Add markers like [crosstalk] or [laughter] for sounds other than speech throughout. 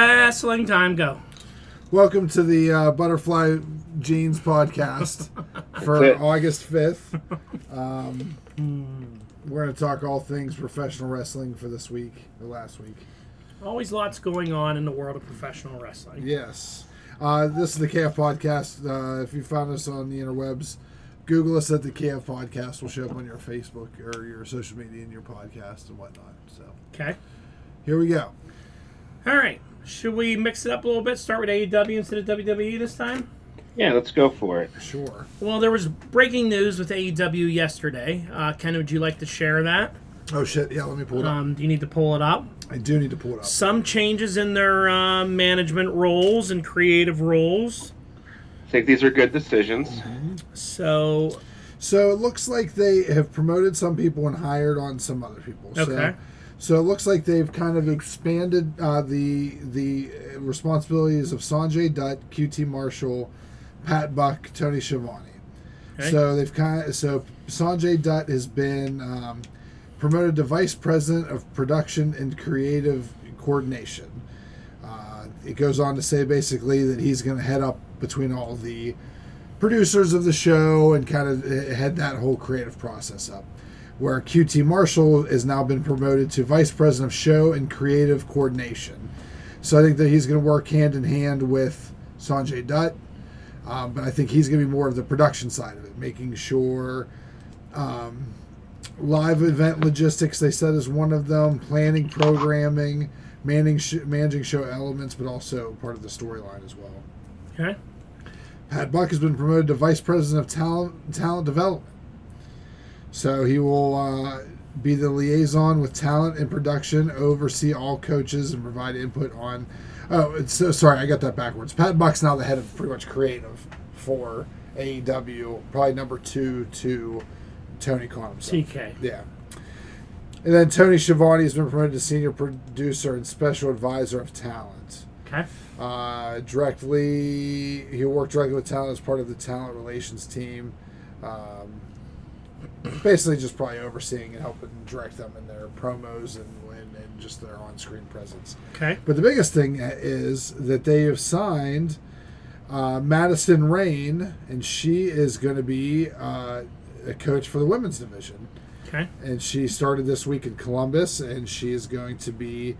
Wrestling time, go. Welcome to the uh, Butterfly Jeans [laughs] podcast for That's it. August [laughs] 5th. Um, we're going to talk all things professional wrestling for this week, or last week. Always lots going on in the world of professional wrestling. Yes. Uh, this is the KF Podcast. Uh, if you found us on the interwebs, Google us at the KF Podcast. We'll show up on your Facebook or your social media and your podcast and whatnot. So Okay. here we go. All right. Should we mix it up a little bit? Start with AEW instead of WWE this time? Yeah, let's go for it. Sure. Well, there was breaking news with AEW yesterday. Uh, Ken, would you like to share that? Oh, shit. Yeah, let me pull it up. Um, do you need to pull it up? I do need to pull it up. Some changes in their uh, management roles and creative roles. I think these are good decisions. So, So it looks like they have promoted some people and hired on some other people. Okay. So, so it looks like they've kind of expanded uh, the the uh, responsibilities of Sanjay Dutt, QT Marshall, Pat Buck, Tony Schiavone. Okay. So they've kind of so Sanjay Dutt has been um, promoted to vice president of production and creative coordination. Uh, it goes on to say basically that he's going to head up between all the producers of the show and kind of uh, head that whole creative process up. Where QT Marshall has now been promoted to vice president of show and creative coordination. So I think that he's going to work hand in hand with Sanjay Dutt, um, but I think he's going to be more of the production side of it, making sure um, live event logistics they said is one of them, planning, programming, managing sh- managing show elements, but also part of the storyline as well. okay. Pat Buck has been promoted to vice president of talent talent development. So he will uh, be the liaison with talent and production, oversee all coaches, and provide input on. Oh, it's, so sorry, I got that backwards. Pat Buck's now the head of pretty much creative for AEW, probably number two to Tony Khan himself. TK. Yeah. And then Tony Schiavone has been promoted to senior producer and special advisor of talent Okay. uh, directly. He worked directly with talent as part of the talent relations team. Um, basically, just probably overseeing and helping direct them in their promos and, and, and just their on screen presence. Okay. But the biggest thing is that they have signed uh, Madison Rain, and she is going to be uh, a coach for the women's division Okay. and she started this week in Columbus, and she is going to be.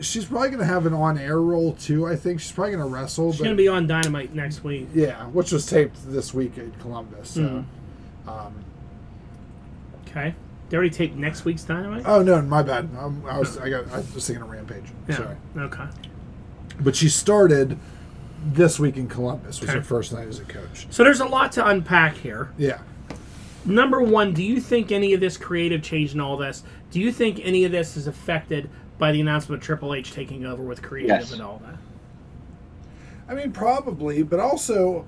She's probably going to have an on-air role too. I think she's probably going to wrestle. She's but, going to be on Dynamite next week. yeah, which was taped this week in Columbus. So. Mm. Um, Okay. They already taped next week's Dynamite? oh no, my bad. Um, I was I got I was thinking of Rampage. Oh, Sorry, Okay. but she started this week in Columbus. Was her Okay. first night as a coach. So there's a lot to unpack here. Yeah. Number one, do you think any of this creative change and all this, do you think any of this is affected by the announcement of Triple H taking over with creative Yes. and all that? I mean, probably, but also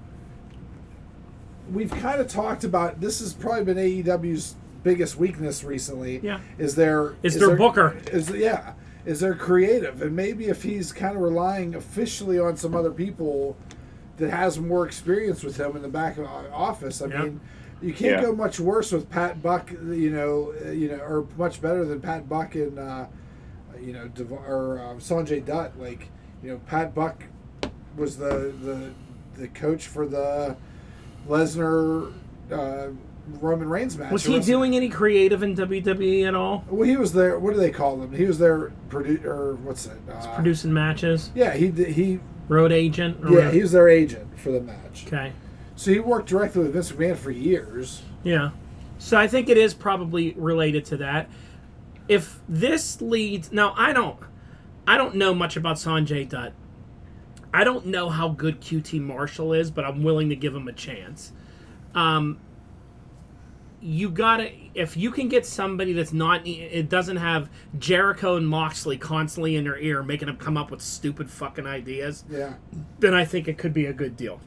we've kind of talked about this has probably been AEW's biggest weakness recently. Yeah. Is their Is their booker. [laughs] Is yeah. Is their creative and maybe if he's kind of relying officially on some other people that has more experience with him in the back of the office. I Yeah. mean, you can't Yeah. go much worse with Pat Buck, you know, uh, you know, or much better than Pat Buck and uh, you know, Dev- or uh, Sanjay Dutt. Like, you know, Pat Buck was the the, the coach for the Lesnar uh, Roman Reigns match. Was Or he was- doing any creative in WWE at all? Well, he was there. What do they call him? He was their produ- or what's it? Uh, Producing matches? Yeah, he did- he Road agent? Or yeah he was their agent for the match. Oh, okay. So he worked directly with Vince McMahon for years. Yeah. So I think it is probably related to that. If this leads now I don't I don't know much about Sanjay Dutt. I don't know how good QT Marshall is, but I'm willing to give him a chance. Um you gotta if you can get somebody that's not it doesn't have Jericho and Moxley constantly in their ear making them come up with stupid fucking ideas, Yeah. then I think it could be a good deal.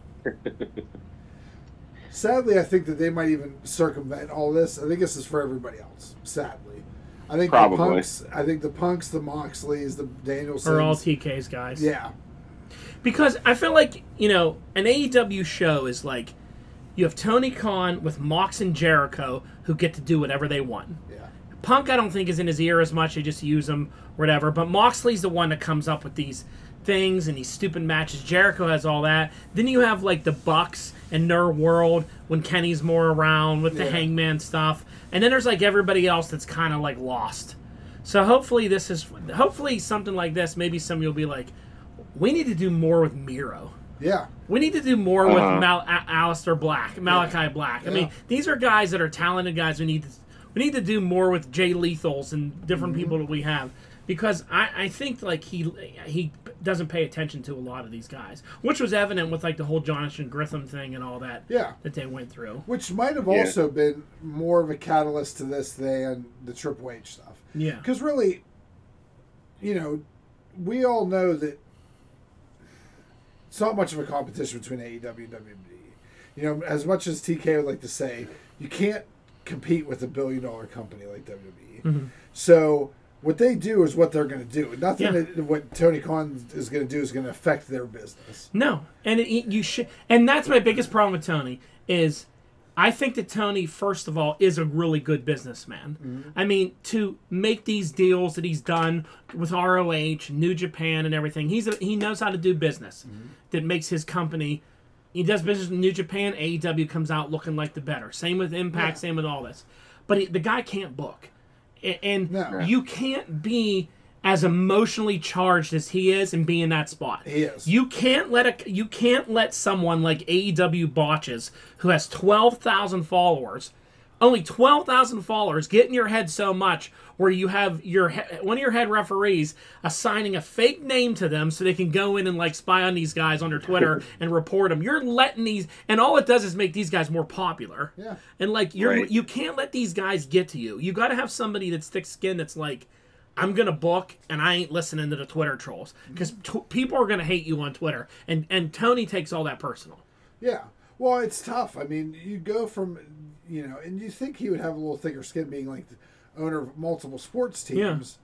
Sadly, I think that they might even circumvent all this. I think this is for everybody else. Sadly, I think Probably. the punks. I think the punks, the Moxleys, the Danielsons. Or all TK's guys. yeah, because I feel like you know an AEW show is like you have Tony Khan with Mox and Jericho who get to do whatever they want. yeah, Punk I don't think is in his ear as much; they just use him, whatever. But Moxley's the one that comes up with these things and these stupid matches. Jericho has all that. Then you have like the Bucks and Ner World when Kenny's more around with the Yeah. Hangman stuff, and then there's like everybody else that's kind of like lost. So hopefully this is hopefully something like this. Maybe some you'll be like, we need to do more with Miro. Yeah. We need to do more with Uh-huh. Mal- A- Alistair Black, Malachi Black. I mean, Yeah. these are guys that are talented guys. We need to we need to do more with Jay Lethals and different Mm-hmm. people that we have because I, I think like he he doesn't pay attention to a lot of these guys, which was evident with like the whole Jonathan Gritham thing and all that Yeah. that they went through. Which might have Yeah. also been more of a catalyst to this than the Triple H stuff. Yeah, Because really, you know, we all know that it's not much of a competition between AEW and WWE. You know, as much as TK would like to say, you can't compete with a billion dollar company like WWE. Mm-hmm. So what they do is what they're going to do. Nothing Yeah. that what Tony Khan is going to do is going to affect their business. No, and it, you should, and that's my biggest problem with Tony is, I think that Tony first of all is a really good businessman. Mm-hmm. I mean, to make these deals that he's done with ROH, New Japan, and everything, he's a, he knows how to do business. Mm-hmm. That makes his company. He does business in New Japan. AEW comes out looking like the better. Same with Impact. Same with all this. But he, the guy can't book, A- and No. you can't be as emotionally charged as he is and be in that spot. He is. You can't let a you can't let someone like AEW botches who has twelve thousand followers, only twelve thousand followers, get in your head so much where you have your he- one of your head referees assigning a fake name to them so they can go in and like spy on these guys on their Twitter and report them. You're letting these, and all it does is make these guys more popular. Yeah. And like you're Right. you can't let these guys get to you. You got to have somebody that's thick skinned that's like I'm going to book and I ain't listening to the Twitter trolls cuz tw people are going to hate you on Twitter and and Tony takes all that personal. Yeah. Well, it's tough. I mean, you go from, you know, and you think he would have a little thicker skin being like the owner of multiple sports teams.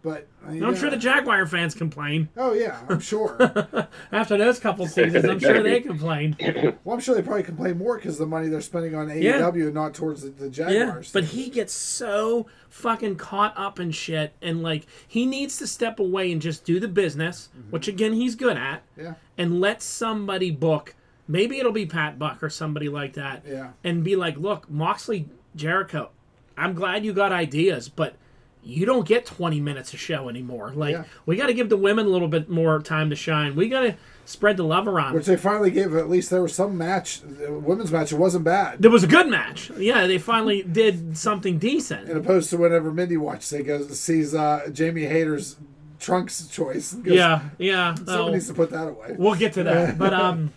But I mean, I'm yeah. sure the Jaguar fans complain. Oh yeah, [laughs] I'm sure. well, After those couple seasons, I'm sure they complained. I'm sure they probably complain more because the money they're spending on AEW and not towards the, the Yeah, Jaguars. but he gets so fucking caught up in shit and like he needs to step away and just do the business, which again he's good at. yeah, and let somebody book. Maybe it'll be Pat Buck or somebody like that. Yeah. And be like, look, Moxley, Jericho, I'm glad you got ideas, but you don't get 20 minutes a show anymore. Like, Yeah. we got to give the women a little bit more time to shine. We got to spread the love around. which they finally gave. At least there was some match, the women's match. It wasn't bad. there was a good match. Yeah, they finally did something decent. In opposed to whenever Mindy watches, it goes sees uh, Jamie Hayter's trunks choice. and goes, Yeah, yeah. someone oh. needs to put that away. We'll get to that. [laughs] But um,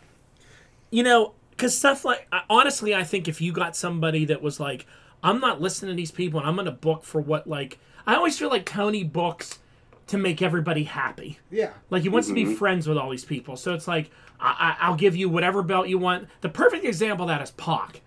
you know, because stuff like I- honestly, I think if you got somebody that was like, I'm not listening to these people, and I'm gonna book for what like I always feel like Tony books to make everybody happy. yeah, Like he wants to Mm-hmm. be friends with all these people, so it's like I, I, I'll give you whatever belt you want. The perfect example of that is Pac.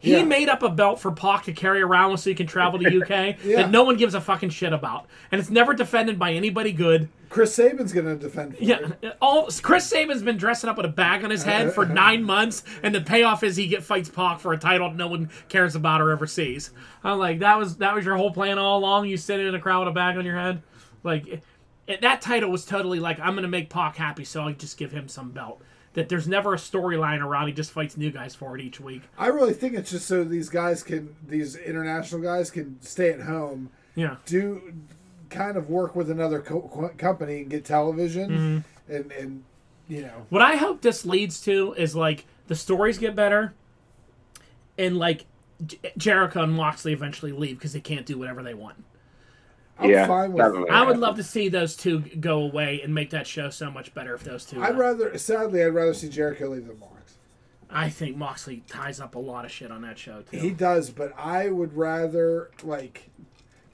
He Yeah. made up a belt for Pac to carry around so he can travel to UK [laughs] Yeah. that no one gives a fucking shit about, and it's never defended by anybody good. Chris Saban's gonna defend. For it. Yeah, uh, all Chris Saban's been dressing up with a bag on his head for nine months, and the payoff is he get fights Pac for a title no one cares about or ever sees. I'm like, that was that was your whole plan all along. You sitting in a crowd with a bag on your head, like it- it, that title was totally like I'm gonna make Pac happy, so I'll just give him some belt. That there's never a storyline around. He just fights new guys for it each week. I really think it's just so these guys can, these international guys can stay at home, Yeah, do kind of work with another co- co- company and get television, Mm-hmm. and and you know, what I hope this leads to is like the stories get better, and like J- Jericho and Moxley eventually leave because they can't do whatever they want. I'm yeah, fine with. not really. I would love to see those two go away and make that show so much better if those two. I'd uh, rather, sadly, I'd rather see Jericho leave than Mox. I think Moxley ties up a lot of shit on that show too. He does, but I would rather like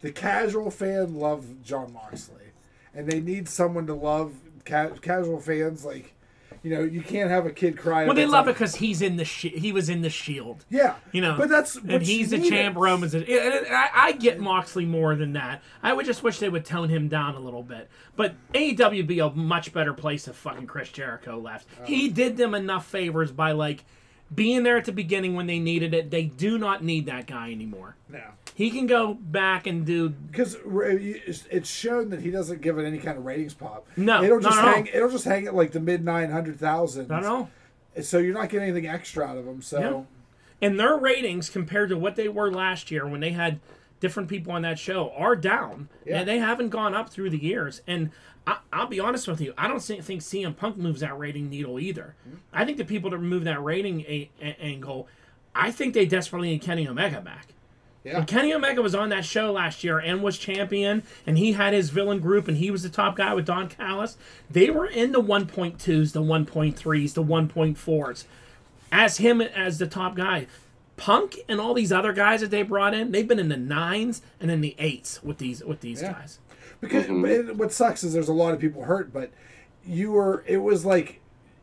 the casual fan love John Moxley, and they need someone to love ca- casual fans. Like, you know, you can't have a kid cry. well, they about love it something. because he's in the shi he was in the Shield. Yeah, You know, but that's what and you he's a need champ. it. Roman's. A, and- and I, I get Moxley more than that. I would just wish they would tone him down a little bit. But AEW would be Oh. a much better place if fucking Chris Jericho left. he did them enough favors by like being there at the beginning when they needed it. They do not need that guy anymore. No. He can go back and do Because uh, it's shown that he doesn't give it any kind of ratings pop. No, it'll not just at all. hang. It'll just hang at like the mid nine hundred thousand. I don't know. So you're not getting anything extra out of him. So No. And their ratings compared to what they were last year when they had different people on that show are down. Yeah. And they haven't gone up through the years. And I, I'll be honest with you, I don't see- think CM Punk moves that rating needle either. Hmm. I think the people that move that rating a, a- angle, I think they desperately need Kenny Omega back. Yeah. When Kenny Omega was on that show last year and was champion, and he had his villain group, and he was the top guy with Don Callis. They were in the 1.2s, the 1.3s, the 1.4s as him as the top guy. Punk and all these other guys that they brought in, they've been in the nines and in the eights with these with these Yeah. guys. because and what sucks is there's a lot of people hurt, but you were. It was like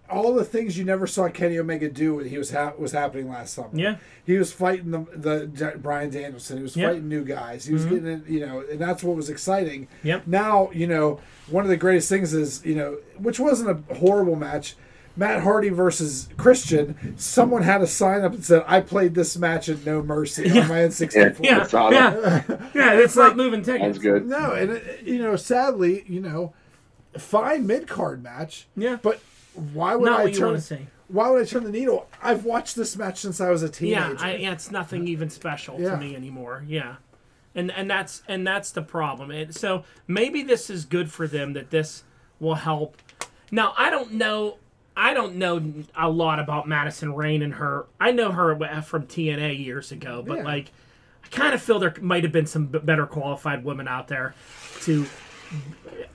all the things you never saw Kenny Omega do when he was ha- was happening last summer. Yeah. he was fighting the the Ja- Brian Danielson. He was Yeah. Mm-hmm. fighting new guys. He was getting it, you know, and that's what was exciting. Yep. Now you know one of the greatest things is you know which wasn't a horrible match. Matt Hardy versus Christian. Someone had a sign up that said, "I played this match at No Mercy on my N64." Yeah, That's awesome. yeah, yeah. It's not moving tickets. That's good. No, and it, you know, sadly, you know, fine mid card match. Yeah. But why would Not I what you turn? want to see. Why would I turn the needle? I've watched this match since I was a Yeah, teenager. I, yeah, it's nothing even special Yeah. to me anymore. Yeah, and and that's and that's the problem. And so maybe this is good for them that this will help. Now I don't know. I don't know a lot about Madison Rain and her. I know her uh, from TNA years ago, but Yeah. like, I kind of feel there might have been some b- better qualified women out there to.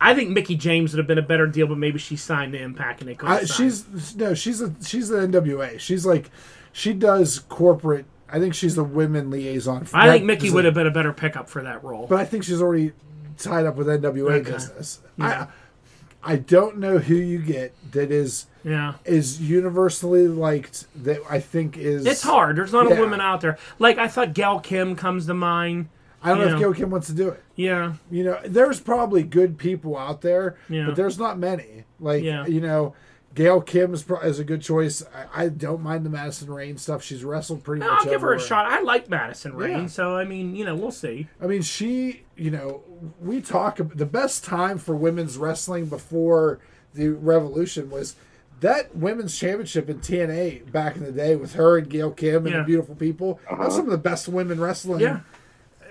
I think Mickey James would have been a better deal, but maybe she signed the Impact and they couldn't. I- sign. she's no, she's a she's the NWA. She's like, she does corporate. I think she's the women liaison. For I think that Mickey position. would have been a better pickup for that role. but I think she's already tied up with NWA Okay. business. I I don't know who you get that is yeah. is universally liked. That I think is It's hard. There's not Yeah. a woman out there. Like I thought, Gal Kim comes to mind. I don't know Yeah. if Gil Kim wants to do it. Yeah, you know there's probably good people out there Yeah. but there's not many like Yeah. you know gail kim is, pro- is a good choice I, I don't mind the madison rain stuff she's wrestled pretty much I'll give her a everywhere. shot. I like Madison Rain, Yeah. so I mean, you know, we'll see. i mean she you know we talk ab- the best time for women's wrestling before the revolution was that women's championship in TNA back in the day with her and Gail Kim and Yeah. the beautiful people. That's some of the best women wrestling. Yeah.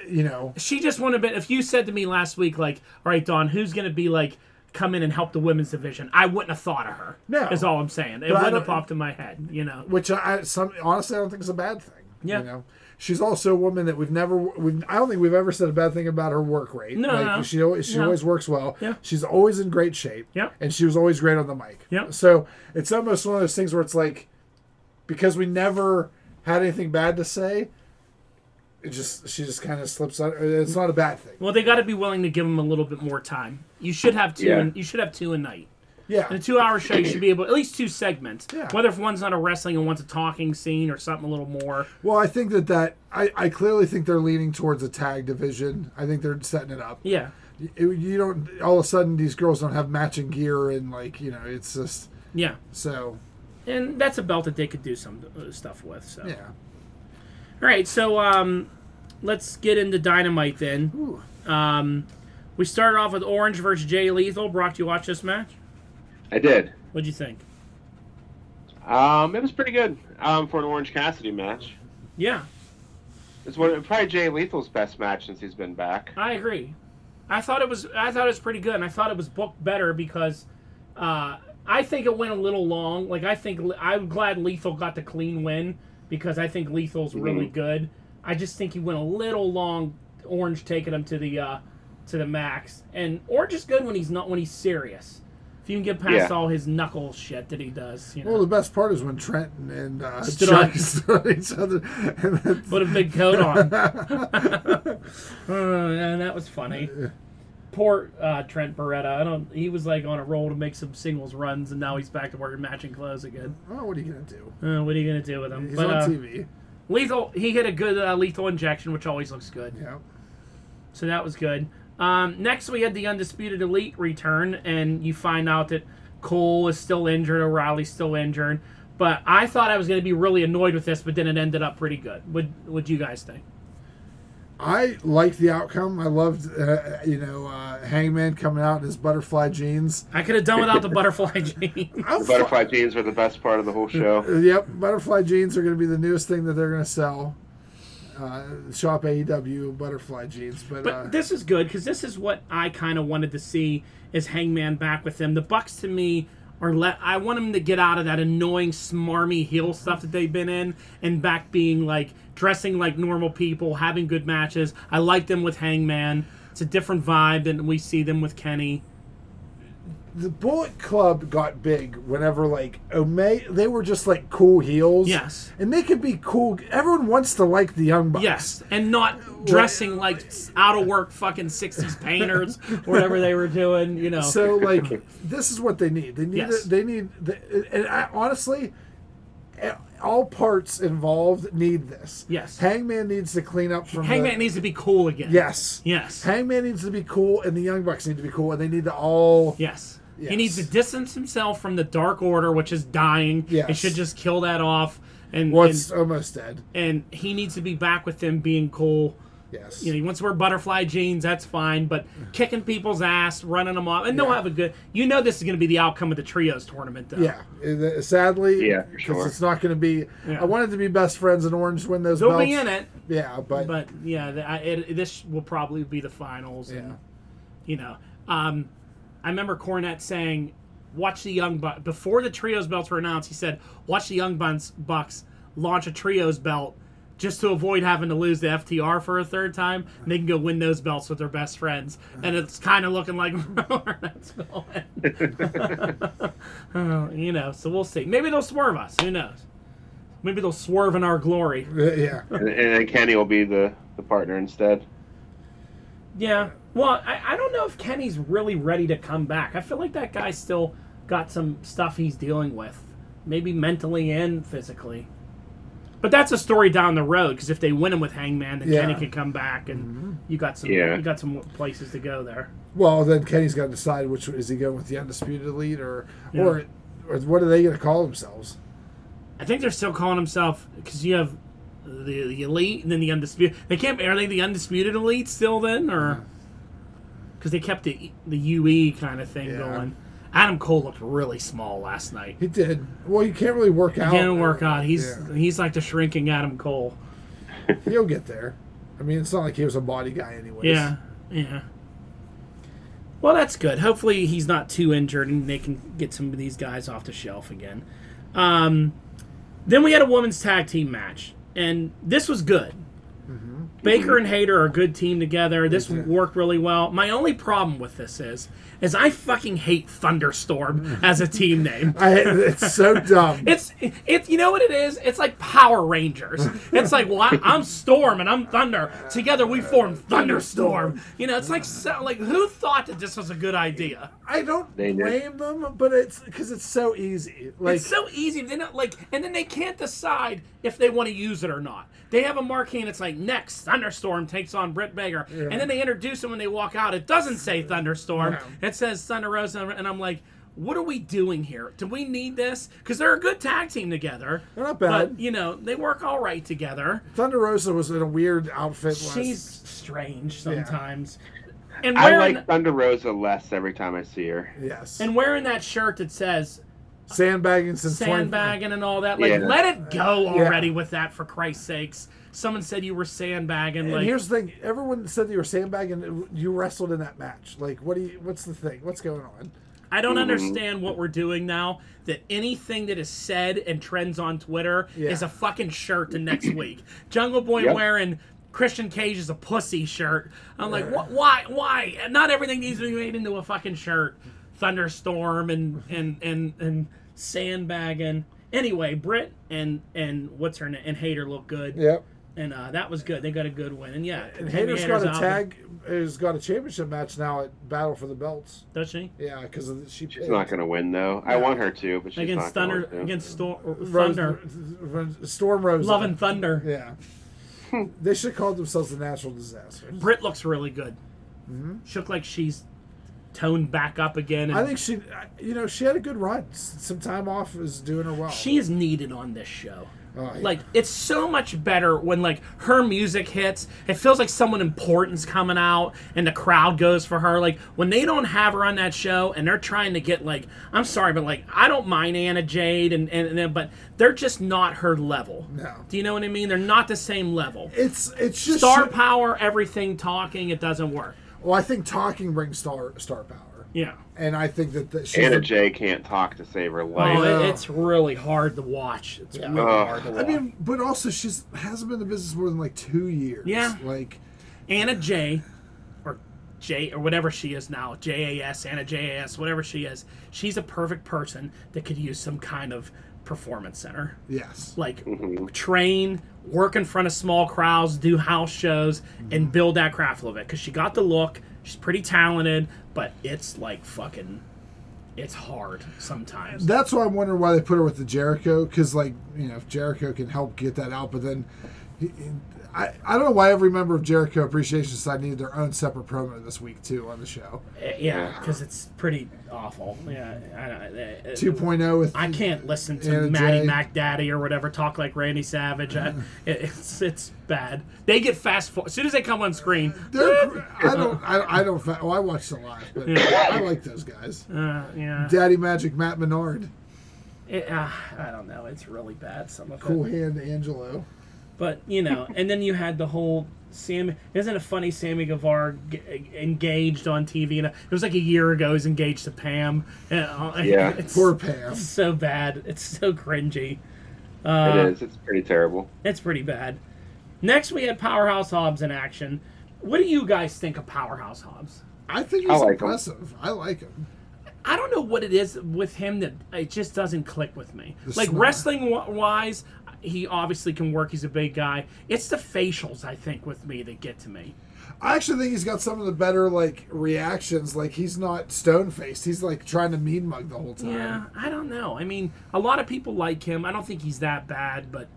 You know, She just won a bit. If you said to me last week, like, "All right, Dawn, who's going to be like come in and help the women's division?" I wouldn't have thought of her. No. is all I'm saying. It I wouldn't don't- have popped in my head. You know. which I I- some honestly I don't think is a bad thing. Yeah. You know, she's also a woman that we've never we've I don't think we've ever said a bad thing about her work rate. No, like, no. she always she No. always works well. Yeah. She's always in great shape. Yeah. And she was always great on the mic. Yeah. So it's almost one of those things where it's like, because we never had anything bad to say, it just she just kind of slips out. It's not a bad thing. Well, they got to be willing to give them a little bit more time. You should have two. Yeah. In, you should have two a night. Yeah. In a two-hour show, you should be able at least two segments. Yeah. Whether if one's not a wrestling and one's a talking scene or something a little more. Well, I think that that I, I clearly think they're leaning towards a tag division. I think they're setting it up. Yeah. it, you don't all of a sudden these girls don't have matching gear and like you know it's just Yeah. so and that's a belt that they could do some uh, stuff with. So, yeah all right, so um, let's get into dynamite then. Ooh. Um, we started off with Orange versus Jay Lethal. Brock, you watch this match? I did. What'd you think? Um, it was pretty good um, for an Orange Cassidy match. Yeah, It's one probably Jay Lethal's best match since he's been back. I agree. I thought it was I thought it was pretty good, and I thought it was booked better because uh, I think it went a little long. Like I think Le- I'm glad Lethal got the clean win because I think Lethal's really good. I just think he went a little long. Orange taking him to the uh, to the max, and Orange is good when he's not when he's serious. If you can get past Yeah. all his knuckle shit that he does, you know, well the best part is when Trenton and uh, Stood Chuck on- [laughs] stood on each other and [laughs] then- [laughs] put a big coat on. [laughs] Uh, and that was funny. Poor uh, Trent Beretta. I don't. He was like on a roll to make some singles runs, and now he's back to wearing matching clothes again. oh what are you gonna do Uh, what are you gonna do with him? he's but on uh, TV lethal. He hit a good uh, lethal injection, which always looks good. yeah So that was good. Um, next, we had the undisputed elite return, and you find out that Cole is still injured, O'Reilly's still injured. But I thought I was going to be really annoyed with this, but then it ended up pretty good. Would Would you guys think? I liked the outcome. I loved, uh, you know, uh, Hangman coming out in his butterfly jeans. I could have done [laughs] without the butterfly jeans. I'm The fu- butterfly jeans were the best part of the [laughs] whole show. Yep, butterfly jeans are going to be the newest thing that they're going to sell. Uh, shop AEW butterfly jeans, but, uh, But this is good because this is what I kind of wanted to see is Hangman back with them. The Bucks to me are let. I want them to get out of that annoying smarmy heel stuff that they've been in and back being like dressing like normal people, having good matches. I like them with Hangman. It's a different vibe than we see them with Kenny. the Bullet Club got big whenever like Omega. They were just like cool heels. Yes. and they could be cool. Everyone wants to like the Young Bucks. Yes, and not dressing like out of work fucking sixties [laughs] painters, whatever they were doing. You know, So like, this is what they need. They need. Yes. They need. The, and I, honestly, all parts involved need this. Yes. Hangman needs to clean up from Hangman The, needs to be cool again. yes. Yes. Hangman needs to be cool, and the Young Bucks need to be cool, and they need to all. Yes. He Yes. needs to distance himself from the Dark Order, which is dying. Yes. It should just kill that off. And, Well, it's almost dead. and and he needs to be back with them being cool. Yes. You know, he wants to wear butterfly jeans, that's fine, but kicking people's ass, running them off, and they'll have a good. You know, this is going to be the outcome of the trios tournament, though. yeah. Uh, Sadly, Yeah, for 'cause sure. it's not going to be. Yeah. I wanted to be best friends and Orange win those. they'll belts. be in it, Yeah, but, but yeah, the, I, it, this will probably be the finals. Yeah. And, you know, um, I remember Cornette saying, "Watch the Young Bucks." Before the trios belts were announced, he said, "Watch the Young Buns- Bucks launch a trios belt just to avoid having to lose the FTR for a third time. And they can go win those belts with their best friends." And it's kind of looking like [laughs] where that's going. [laughs] Oh, you know, so we'll see. Maybe they'll swerve us. Who knows? Maybe they'll swerve in our glory. uh, [laughs] yeah. And, and then Kenny will be the, the partner instead. Yeah. Well, I, I don't know if Kenny's really ready to come back. I feel like that guy's still got some stuff he's dealing with, maybe mentally and physically. But that's a story down the road because if they win him with Hangman, then Yeah. Mm-hmm. Kenny could come back, and you got some Yeah. you got some places to go there. Well, then Kenny's got to decide which is he going with the undisputed elite or Yeah. or or what are they going to call themselves? I think they're still calling himself because you have the, the elite and then the undisputed. They can't are they the undisputed elite still then Hmm. or because they kept the the UE kind of thing Yeah. going. Adam Cole looked really small last night. He did well. You can't really work out. He didn't work out. He's Oh, Yeah. he's like the shrinking Adam Cole. He'll get there. I mean, it's not like he was a body guy, anyways. Yeah, yeah. Well, that's good. Hopefully, he's not too injured, and they can get some of these guys off the shelf again. Um, then we had a women's tag team match, and this was good. Mm-hmm. Baker and Hayter are a good team together. This worked really well. My only problem with this is, is I fucking hate [laughs] Thunderstorm as a team name. [laughs] I, it's so dumb. [laughs] It's it's you know what it is. It's like Power Rangers. It's like well, I, I'm Storm and I'm Thunder. Together we form Thunderstorm. You know, it's like so, like who thought that this was a good idea? I don't They did. blame them, but it's because it's so easy. Like it's so easy. They not like, and then they can't decide if they want to use it or not. They have a marquee, and it's like next thunderstorm takes on Britt Baker, and then they introduce him when they walk out. It doesn't say thunderstorm. It says Thunder Rosa, and I'm like. What are we doing here? Do we need this? Because they're a good tag team together. They're not bad. But, you know, they work all right together. Thunder Rosa was in a weird outfit. Last, She's strange sometimes. And I wearing, like Thunder Rosa less every time I see her. yes, and wearing that shirt that says sandbagging since 20 sandbagging and all that. Like, Yeah. let it go already with that, for Christ's sakes. Someone said you were sandbagging. And like, here's the thing: everyone said that you were sandbagging. You wrestled in that match. Like, what do you? What's the thing? What's going on? I don't Mm-hmm. understand what we're doing now. That anything that is said and trends on Twitter Yeah. is a fucking shirt the next [coughs] week. Jungle Boy Yep. wearing Christian Cage is a pussy shirt. I'm like, what? Why? Why? Not everything needs to be made into a fucking shirt. Thunderstorm and and and and sandbagging. Anyway, Britt and and what's her name and Hater look good. Yep. and uh, that was good. They got a good win, and yeah, And Tammy Hayter's got a out, tag. Has got a championship match now at Battle for the Belts. don't she? Yeah, because she. She's not going to win, though. I want her to, but she's Against not going Thunder, to. against Stor- Rose- Thunder, Rose- Storm Rose. Love and Thunder. Yeah. they should call themselves the Natural Disasters. Britt looks really good. She looked like she's toned back up again. And Mm-hmm. I think she, you know, she had a good run. S- Some time off is doing her well. she is needed on this show. Oh, yeah. Like it's so much better when like her music hits. It feels like someone important's coming out and the crowd goes for her. Like when they don't have her on that show and they're trying to get like I'm sorry, but like I don't mind Anna Jade and and, and them, but they're just not her level. No. Do you know what I mean? They're not the same level. it's it's just Star she- power, everything talking, it doesn't work. Well, I think talking brings star star power, Yeah. and I think that the, she's Anna a- Jay can't talk to save her life. Oh, yeah. it, it's really hard to watch. It's Uh, Yeah. Uh, really Ugh. hard to I watch. mean, but also she's hasn't been in the business more than like two years. Yeah. like Anna J, or J, or whatever she is now, J A S, Anna J A S, whatever she is, she's a perfect person that could use some kind of performance center. yes, Like, train, work in front of small crowds, do house shows, and build that craft a little bit. Because she got the look, she's pretty talented, but it's like fucking, it's hard sometimes. that's why I'm wondering why they put her with the Jericho because like you know if Jericho can help get that out, but then. he- he- I, I don't know why every member of Jericho Appreciation Society needed their own separate promo this week too on the show. Eh, Yeah, because it's pretty awful. Yeah, I don't. eh, eh, 2.0 with I can't listen to Anna Maddie Jay. Mac Daddy or whatever talk like Randy Savage. I, Mm. it, it's it's bad. They get fast forward as soon as they come on screen. They're, gr- I don't. I, I don't. fa- Well, I watched a lot, but I like those guys. Uh, yeah, Daddy Magic, Matt Menard, It- uh, I don't know. It's really bad. Some of Cool it, Hand Angelo. but you know. And then you had the whole Sammy. Isn't it funny? Sammy Guevara g- engaged on TV, and it was like a year ago. He's engaged to Pam. Uh, Yeah. it's Poor Pam. so bad. It's so cringy. Oh, uh, it is. It's pretty terrible. That's pretty bad. Next, we had Powerhouse Hobbs in action. What do you guys think of Powerhouse Hobbs? I think he's I like 'em. impressive. I like him. I don't know what it is with him that it just doesn't click with me. The like smile. wrestling wa- wise, he obviously can work. He's a big guy. It's the facials I think with me that get to me. I actually think he's got some of the better like reactions. Like he's not stone faced. He's like trying to mean mug the whole time. Yeah, I don't know. I mean, a lot of people like him. I don't think he's that bad, but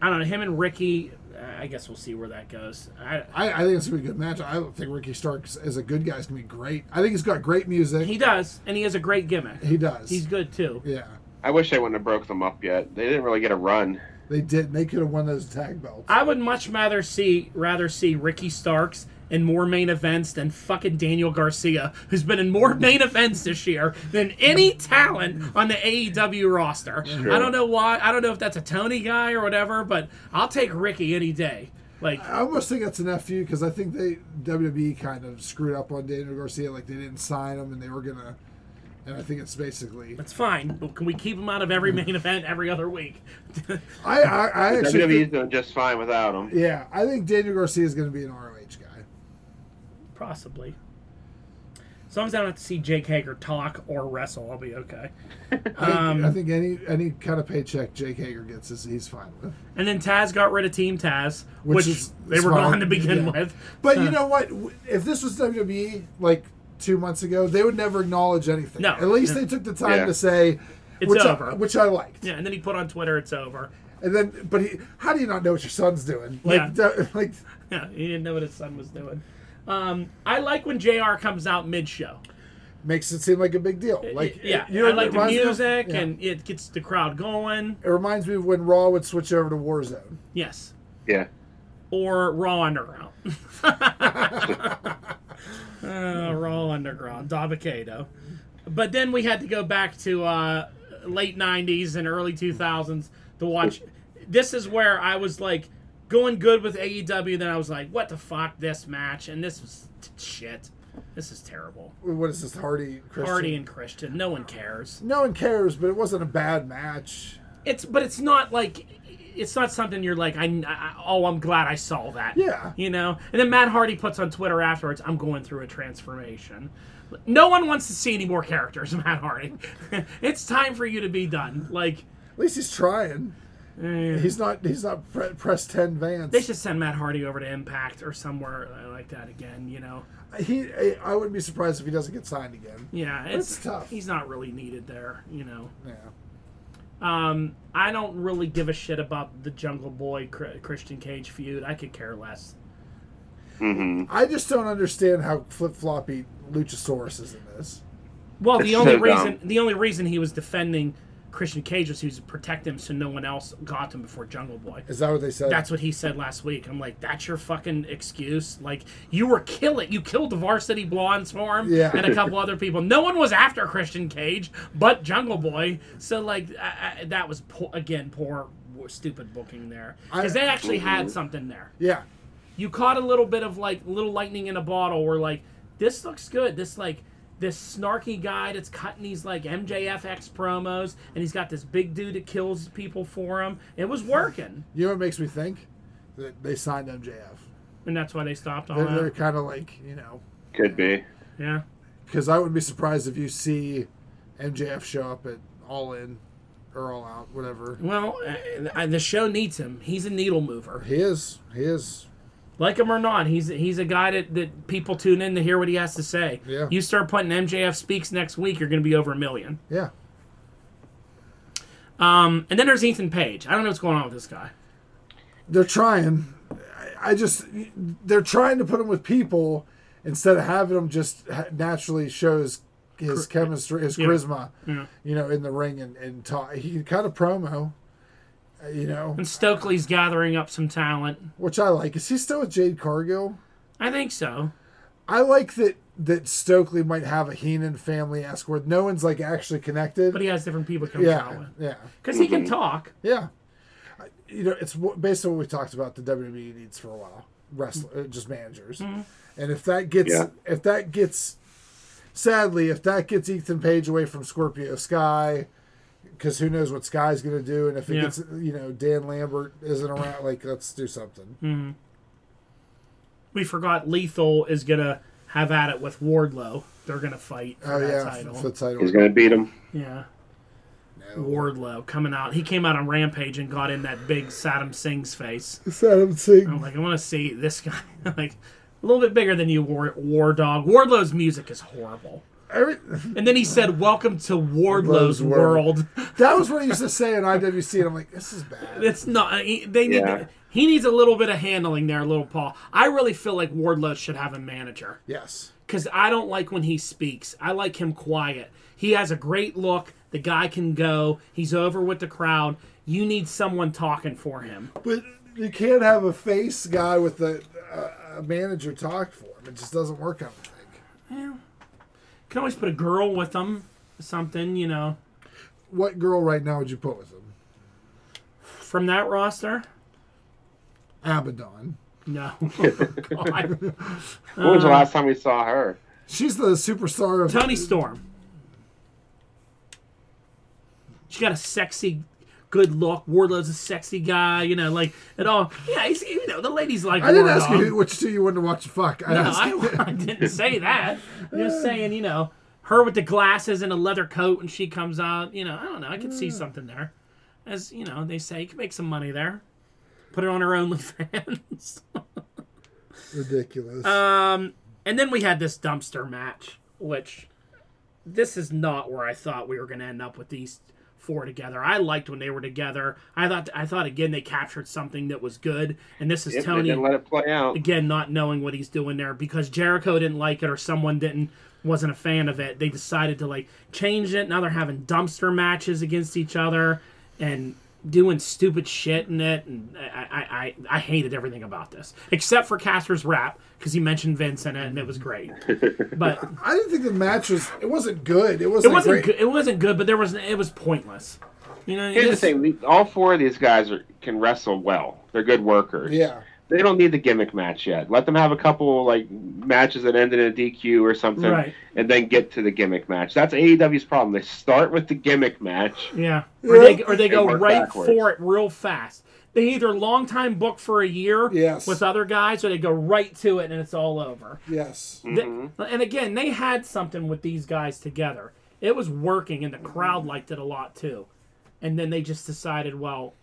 I don't know. Him and Ricky, uh, I guess we'll see where that goes. I, I, I think it's gonna be a good match. I don't think Ricky Starks as a good guy is gonna be great. I think he's got great music. he He, does, and he has a great gimmick. does. He's good too. yeah. I wish they wouldn't have broke them up yet. They didn't really get a run. They did. They could have won those tag belts. I would much rather see rather see Ricky Starks in more main events than fucking Daniel Garcia, who's been in more [laughs] main events this year than any talent on the AEW roster. I don't know why. I don't know if that's a Tony guy or whatever, but I'll take Ricky any day. Like, I almost think that's an FU because I think they WWE kind of screwed up on Daniel Garcia, like they didn't sign him and they were gonna. And I think it's basically. it's fine, but can we keep him out of every main event every other week? [laughs] I I, I actually. WWE's Think, doing just fine without them. yeah, I think Daniel Garcia is gonna be an ROH guy. Possibly. As long as I don't have to see Jake Hager talk or wrestle, I'll be okay. I think any any kind of paycheck Jake Hager gets is he's fine with. And then Taz got rid of Team Taz, Which which, is- they is were fine. gone to begin Yeah. with. [laughs] But Uh, you know what? W- If this was WWE like two months ago, they would never acknowledge anything. No. At least No. they took the time Yeah. to say. It's which I, over. which I liked, Yeah, and then he put on Twitter, it's over. [laughs] and then, but he, how do you not know what your son's doing? Like, d- [laughs] like, Yeah, he didn't know what his son was doing. Um, I like when JR comes out mid show. makes it seem like a big deal. Like, Uh, uh, yeah, you know, I it like the reminds me of- music, yeah. and it gets the crowd going. It reminds me of when Raw would switch over to Warzone. Yes. Yeah. Or Raw Underground. [laughs] uh, Raw Underground, Dabakato. But then we had to go back to uh, late 90s and early 2000s to watch. This is where I was like going good with AEW, then I was like, what the fuck, this match? And this was t- shit. This is terrible. What is this, Hardy? Christian? Hardy and Christian, no one cares. No one cares, but it wasn't a bad match. It's but it's not like it's not something you're like I, I oh I'm glad I saw that. Yeah. You know? And then Matt Hardy puts on Twitter afterwards, I'm going through a transformation. No one wants to see any more characters, [laughs] Matt Hardy. it's time for you to be done. Like, At least he's trying. eh, He's not. He's not pre- press ten Vance. they should send Matt Hardy over to Impact or somewhere uh, like that again, you know? He. I- I wouldn't be surprised if he doesn't get signed again. Yeah, That's it's, tough. He's not really needed there, you know? Yeah. Um, I don't really give a shit about the Jungle Boy Cr- Christian Cage feud. I could care less. hmm Mm-hmm. I just don't understand how flip floppy Luchasaurus is in this. Well, It's the only so reason dumb. the only reason he was defending Christian Cage was he was to protect him so no one else got him before Jungle Boy. Is that what they said? That's what he said last week. I'm like, that's your fucking excuse. Like, you were killing. You killed the Varsity Blondes for him Yeah. and a couple other people. No one was after Christian Cage but Jungle Boy. So like, I, I, that was po- again poor, stupid booking there because I- they actually had something there yeah. you caught a little bit of like little lightning in a bottle where like this looks good this like this snarky guy that's cutting these like MJFX promos and he's got this big dude that kills people for him it was working You know what makes me think that they signed MJF. and that's why they stopped all They're, they're that kind of like you know Could be. yeah because I wouldn't be surprised if you see MJF show up at All In or All Out, whatever. well I- I, the show needs him he's a needle mover He is. He is. like him or not he's he's a guy that, that people tune in to hear what he has to say Yeah. you start putting MJF speaks next week you're gonna be over a million Yeah. um and then there's Ethan Page I don't know what's going on with this guy They're trying. I, I just they're trying to put him with people instead of having him just ha- naturally shows his chemistry, his charisma, Yeah. you know, in the ring and and talk. He can cut a promo, uh, you know, and Stokely's gathering up some talent which I like. Is he still with Jade Cargill? I think so. I like that that Stokely might have a Heenan family esque where no one's like actually connected. But he has different people come out yeah, with. yeah, Because he can talk. yeah. I- You know, it's wh- based on what we talked about. The WWE needs for a while wrestler, uh, just managers, Mm-hmm. and if that gets Yeah. if that gets sadly if that gets Ethan Page away from Scorpio Sky, because who knows what Sky's going to do, and if it Yeah. gets you know Dan Lambert isn't around, like let's do something. Mm, We forgot Lethal is going to have at it with Wardlow. They're going to fight for Oh that yeah, title. for the title. He's gonna beat him. yeah. No. Wardlow coming out. He came out on Rampage and got in that big Saddam Singh's face. Saddam Singh. I'm like, I want to see this [laughs] guy. like, a little bit bigger than you, War, War Dog. Wardlow's music is horrible. Every- And then he said, Welcome to Wardlow's Wardlow's world." world. That was what he used to say in IWC, and I'm like, this is bad. [laughs] It's not. uh, He, they need. Yeah. He needs a little bit of handling there, little Paul. I really feel like Wardlow should have a manager Yes. because I don't like when he speaks. I like him quiet. He has a great look. The guy can go. He's over with the crowd. You need someone talking for him. But you can't have a face guy with a, a, a manager talk for him. It just doesn't work, I don't think. Can always put a girl with him, something you know, What girl right now would you put with him? from that roster. Abaddon. No, [laughs] God. When was the last time we saw her? She's the superstar of. Tony Storm. She got a sexy, good look. Wardlow's a sexy guy, you know, like it all. Yeah, he's, you know, the ladies like. I didn't Wardlow. ask you who- which two you wanted to watch. Fuck. I No, asked. I, [laughs] I didn't say that. I'm just saying, you know, her with the glasses and a leather coat, and she comes out. You know, I don't know. I could Mm. see something there. As you know, they say you can make some money there. Put it on her OnlyFans. [laughs] Ridiculous. Um, and then we had this dumpster match, which this is not where I thought we were going to end up with these four together. I liked when they were together. I thought I thought again they captured something that was good, and this is Yep, they Tony didn't let it play out. again not knowing what he's doing there because Jericho didn't like it or someone didn't wasn't a fan of it. They decided to like change it. Now they're having dumpster matches against each other and doing stupid shit in it. And I I, I, I hated everything about this except for Caster's rap because he mentioned Vince in it and it was great. But I didn't think the match was. It wasn't good. It wasn't. it wasn't great. good, it wasn't good. But there was it was pointless. You know, Here's the this- thing: the- all four of these guys are, can wrestle well. They're good workers. Yeah. They don't need the gimmick match yet. Let them have a couple like matches that end in a DQ or something, Right. and then get to the gimmick match. That's AEW's problem. They start with the gimmick match. Yeah. Or they, or they go work right backwards. for it real fast. They either long time book for a year Yes. with other guys, or they go right to it and it's all over. Yes. Th- Mm-hmm. and again, they had something with these guys together. It was working, and Mm-hmm. the crowd liked it a lot too. And then they just decided, well,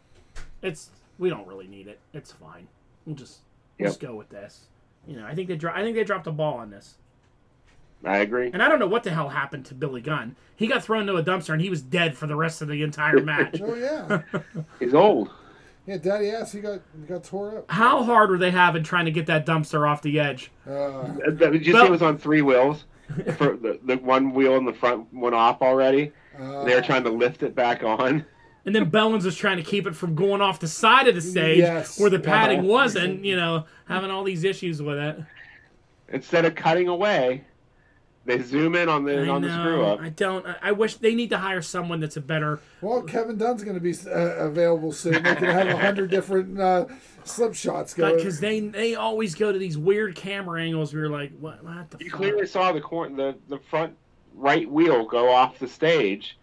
it's we don't really need it. It's fine. We'll just we'll Yep. just go with this. You know, I think they dro- I think they dropped the ball on this. I agree. And I don't know what the hell happened to Billy Gunn. He got thrown into a dumpster and he was dead for the rest of the entire [laughs] match. Oh yeah. He's old. Yeah. Daddy ass. He got he got tore up. how hard were they having trying to get that dumpster off the edge? Uh, Uh, Did you But- see it was on three wheels? the, fir- the, the one wheel in the front went off already. Uh, They were trying to lift it back on. And then Bellins was trying to keep it from going off the side of the stage Yes. Uh-huh. where the padding Wow. was, and you know, having all these issues with it. Instead of cutting away, they zoom in on the I on the screw know. up. I don't. I, I wish they need to hire someone that's a better. Well, Kevin Dunn's going to be uh, available soon. They can have a hundred different uh, slip shots going. Because they they always go to these weird camera angles. We were like, what? What the? You fuck? clearly saw the cor- the the front right wheel go off the stage,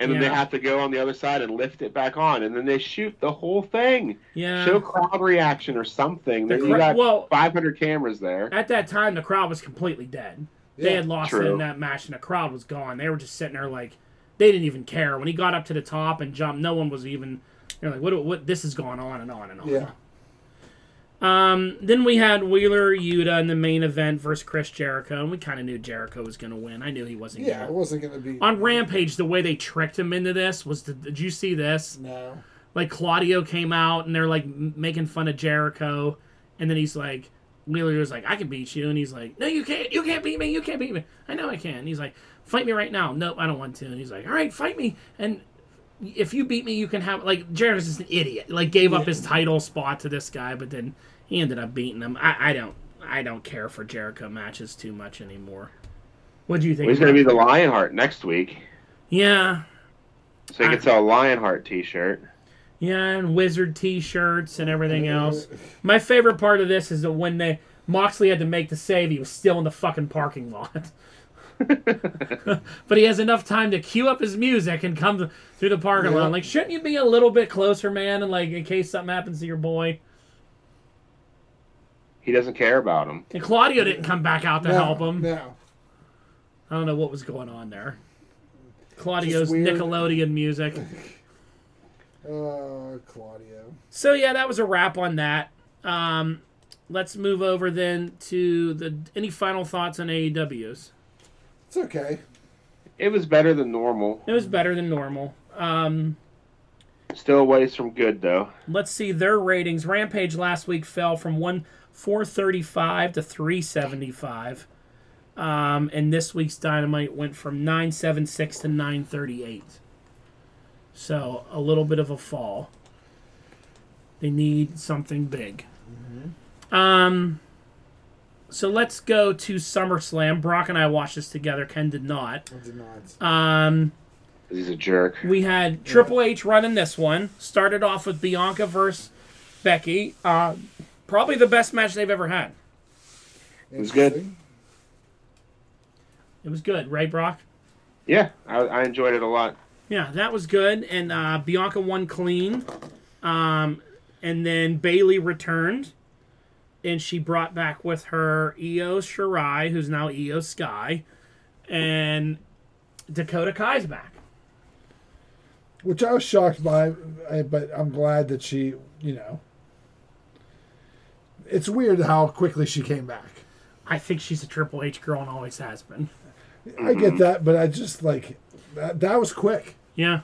and then Yeah. they have to go on the other side and lift it back on, and then they shoot the whole thing. Yeah. Show crowd reaction or something. The There- cra- you got well- 500 cameras there. At that time, the crowd was completely dead. They Yeah, had lost it true. in that match, and the crowd was gone. They were just sitting there like they didn't even care. When he got up to the top and jumped, no one was even. They're like, what? What? This has gone on and on and on. yeah. Um, then we had Wheeler Yuta in the main event versus Chris Jericho, and we kind of knew Jericho was going to win. I knew he wasn't. Yeah, Yeah. it wasn't going to be. On Rampage, the way they tricked him into this was, the, did you see this? No. Like Claudio came out and they're like m- making fun of Jericho, and then he's like, Wheeler was like, I can beat you, and he's like, No, you can't. You can't beat me. You can't beat me. I know I can. And he's like, Fight me right now. No, I don't want to. And he's like, All right, fight me. And if you beat me, you can have like Jericho's just an idiot. Like gave up his title spot to this guy, but then he ended up beating him. I, I don't I don't care for Jericho matches too much anymore. What do you think? Well, he's going to be the Lionheart next week, yeah, so you can sell a Lionheart T-shirt. yeah, and wizard T-shirts and everything else. My favorite part of this is that when they Moxley had to make the save, he was still in the fucking parking lot. [laughs] but he has enough time to queue up his music and come through the parking Yeah. lot. Like, shouldn't you be a little bit closer, man? And like, in case something happens to your boy. He doesn't care about him. And Claudio didn't come back out to no, help him. No. I don't know what was going on there. Claudio's Just weird. Nickelodeon music. Uh, Claudio. So yeah, that was a wrap on that. Um, let's move over then to the any final thoughts on E AEWs. It's okay. It was better than normal. It was better than normal. Um, Still a ways from good though. let's see their ratings. Rampage last week fell from one four thirty five to three seventy five, um, and this week's Dynamite went from nine seven six to nine thirty eight. So a little bit of a fall. They need something big. Um, so let's go to SummerSlam. Brock and I watched this together. Ken did not. I did not. Um, 'Cause He's a jerk. we had Triple H running this one. Started off with Bianca versus Becky. Uh, probably the best match they've ever had. It's good. It was good, right, Brock? Yeah, I, I enjoyed it a lot. Yeah, that was good. And uh, Bianca won clean. Um, and then Bailey returned. And she brought back with her Io Shirai, who's now Io Sky. And Dakota Kai's back. Which I was shocked by, I- but I'm glad that she, you know. It's weird how quickly she came back. I think she's a Triple H girl and always has been. I Mm-hmm. get that, but I just like that, that was quick. Yeah.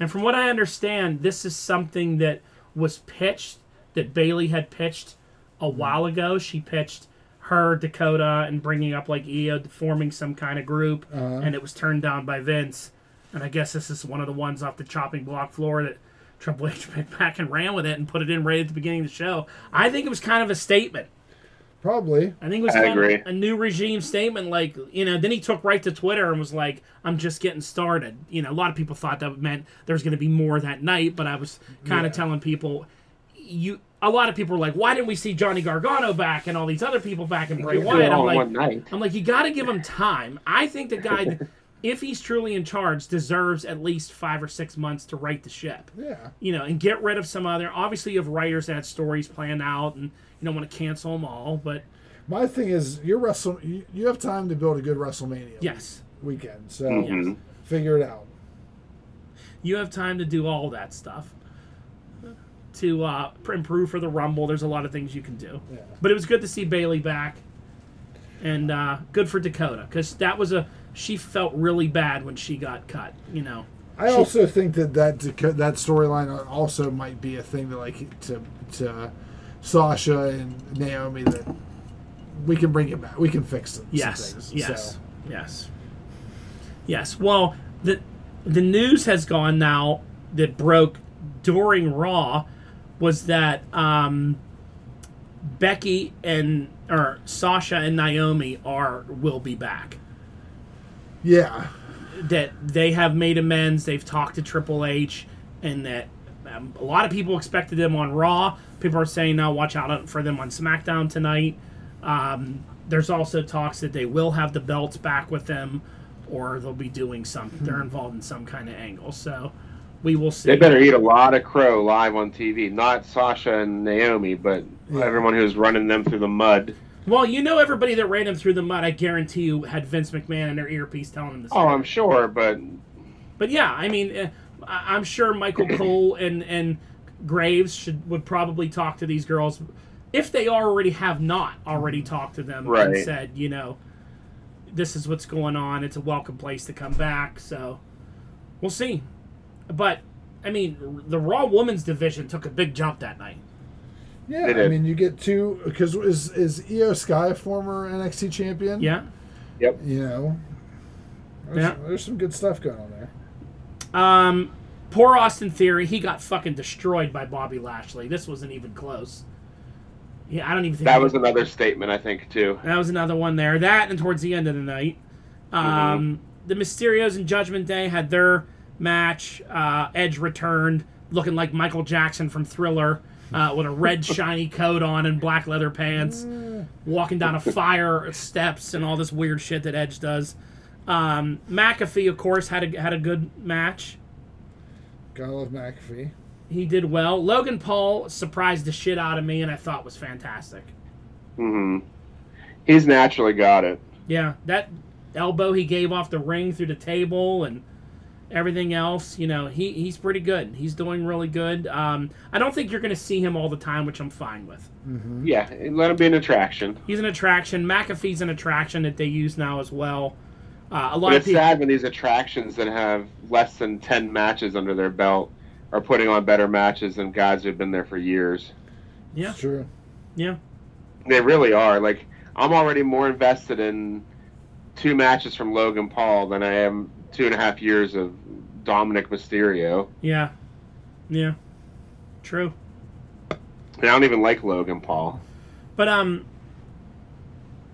And from what I understand, this is something that was pitched that Bailey had pitched a while ago. She pitched her Dakota and bringing up like Io forming some kind of group, and it was turned down by Vince. And I guess this is one of the ones off the chopping block floor that Triple H [laughs] went back and ran with it and put it in right at the beginning of the show. I think it was kind of a statement. Probably. I think it was I kind of agree. a new regime statement. Like, you know, then he took right to Twitter and was like, I'm just getting started. You know, a lot of people thought that meant there's going to be more that night, but I was kind of telling people, you. A lot of people were like, "Why didn't we see Johnny Gargano back and all these other people back and Bray He did it Wyatt?" I'm all like, in one night. I'm like, you got to give him time. I think the guy, [laughs] if he's truly in charge, deserves at least five or six months to right the ship Yeah. you know, and get rid of some other. Obviously, you have writers that had stories planned out, and you don't want to cancel them all. But My thing is, you're Wrestle. You, you have time to build a good WrestleMania yes, Mm-hmm. weekend, so Mhm. figure it out. you have time to do all that stuff to uh, pr- improve for the Rumble. There's a lot of things you can do. Yeah. But it was good to see Bailey back, and uh, good for Dakota because that was a she felt really bad when she got cut. You know, I also think that that Daco- that storyline also might be a thing that like to to Sasha and Naomi that we can bring him back. We can fix some, some Yes. things. yes. So, Yes. Yes. Well, the the news has gone now that broke during Raw was that um, Becky and or Sasha and Naomi are will be back. yeah. That they have made amends. They've talked to Triple H, and that um, a lot of people expected them on Raw. People are saying now, watch out for them on SmackDown tonight. Um, there's also talks that they will have the belts back with them, or they'll be doing some. They're involved in some kind of angle, so we will see. They better eat a lot of crow live on TV. Not Sasha and Naomi, but Yeah. everyone who's running them through the mud. Well, you know everybody that ran him through the mud. I guarantee you had Vince McMahon in their earpiece telling him this. Oh, I'm sure, but But yeah, I mean, eh, I- I'm sure [clears throat] Michael Cole and and Graves should would probably talk to these girls if they already have not already talked to them and Right. said, you know, this is what's going on. It's a welcome place to come back. So we'll see. But I mean, the Raw Women's division took a big jump that night. Yeah, They I did. mean, you get two because is is Io Sky a former NXT champion? Yeah. you know, there's, Yeah. there's some good stuff going on there. Um, poor Austin Theory. He got fucking destroyed by Bobby Lashley. This wasn't even close. Yeah, I don't even think that he- was another statement, I think, too. That was another one there. That and towards the end of the night, um, the Mysterios and Judgment Day had their match. Uh, Edge returned looking like Michael Jackson from Thriller uh, with a red shiny coat on and black leather pants, walking down a fire steps and all this weird shit that Edge does. Um, McAfee, of course, had a had a good match. Gotta love McAfee. He did well. Logan Paul surprised the shit out of me, and I thought was fantastic. hmm He's naturally got it. Yeah, that elbow he gave off the ring through the table and everything else, you know, he, he's pretty good. He's doing really good. Um, I don't think you're going to see him all the time, which I'm fine with. Mm-hmm. Yeah, let him be an attraction. He's an attraction. McAfee's an attraction that they use now as well. Uh, a lot of But it's people. sad when these attractions that have less than 10 matches under their belt are putting on better matches than guys who've been there for years. Yeah, It's true. yeah, They really are. Like, I'm already more invested in two matches from Logan Paul than I am two and a half years of Dominic Mysterio. yeah, yeah. True. And I don't even like Logan Paul. But um,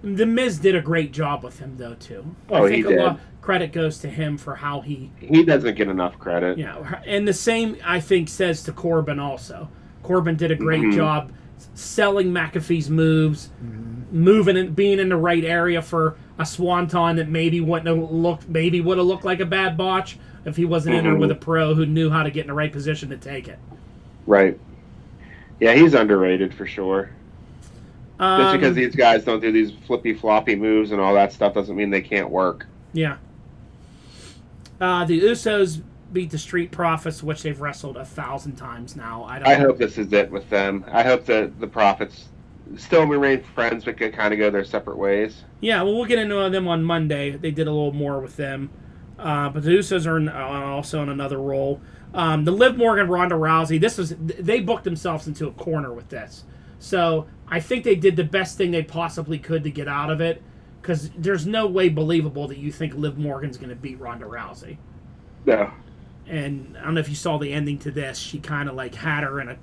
the Miz did a great job with him though too. Oh, I think he a lot credit goes to him for how he He doesn't get enough credit. Yeah, and the same I think says to Corbin also. Corbin did a great Mhm. job s- selling McAfee's moves, moving and being in the right area for a swanton that maybe wouldn't have looked maybe would have looked like a bad botch if he wasn't in there Mhm. with a pro who knew how to get in the right position to take it. Right. Yeah, he's underrated for sure. Um, Just because these guys don't do these flippy floppy moves and all that stuff doesn't mean they can't work. yeah. Uh, the Usos beat the Street Profits, which they've wrestled a thousand times now. I don't. I hope this is it with them. I hope that the Prophets still remain friends but could kind of go their separate ways. Yeah, well, we'll get into them on Monday. They did a little more with them. Uh, but the Usos are in, uh, also in another role. Um, the Liv Morgan Ronda Rousey. This was th- they booked themselves into a corner with this. So I think they did the best thing they possibly could to get out of it. Because there's no way believable that you think Liv Morgan's going to beat Ronda Rousey. No. And I don't know if you saw the ending to this. She kind of like had her in a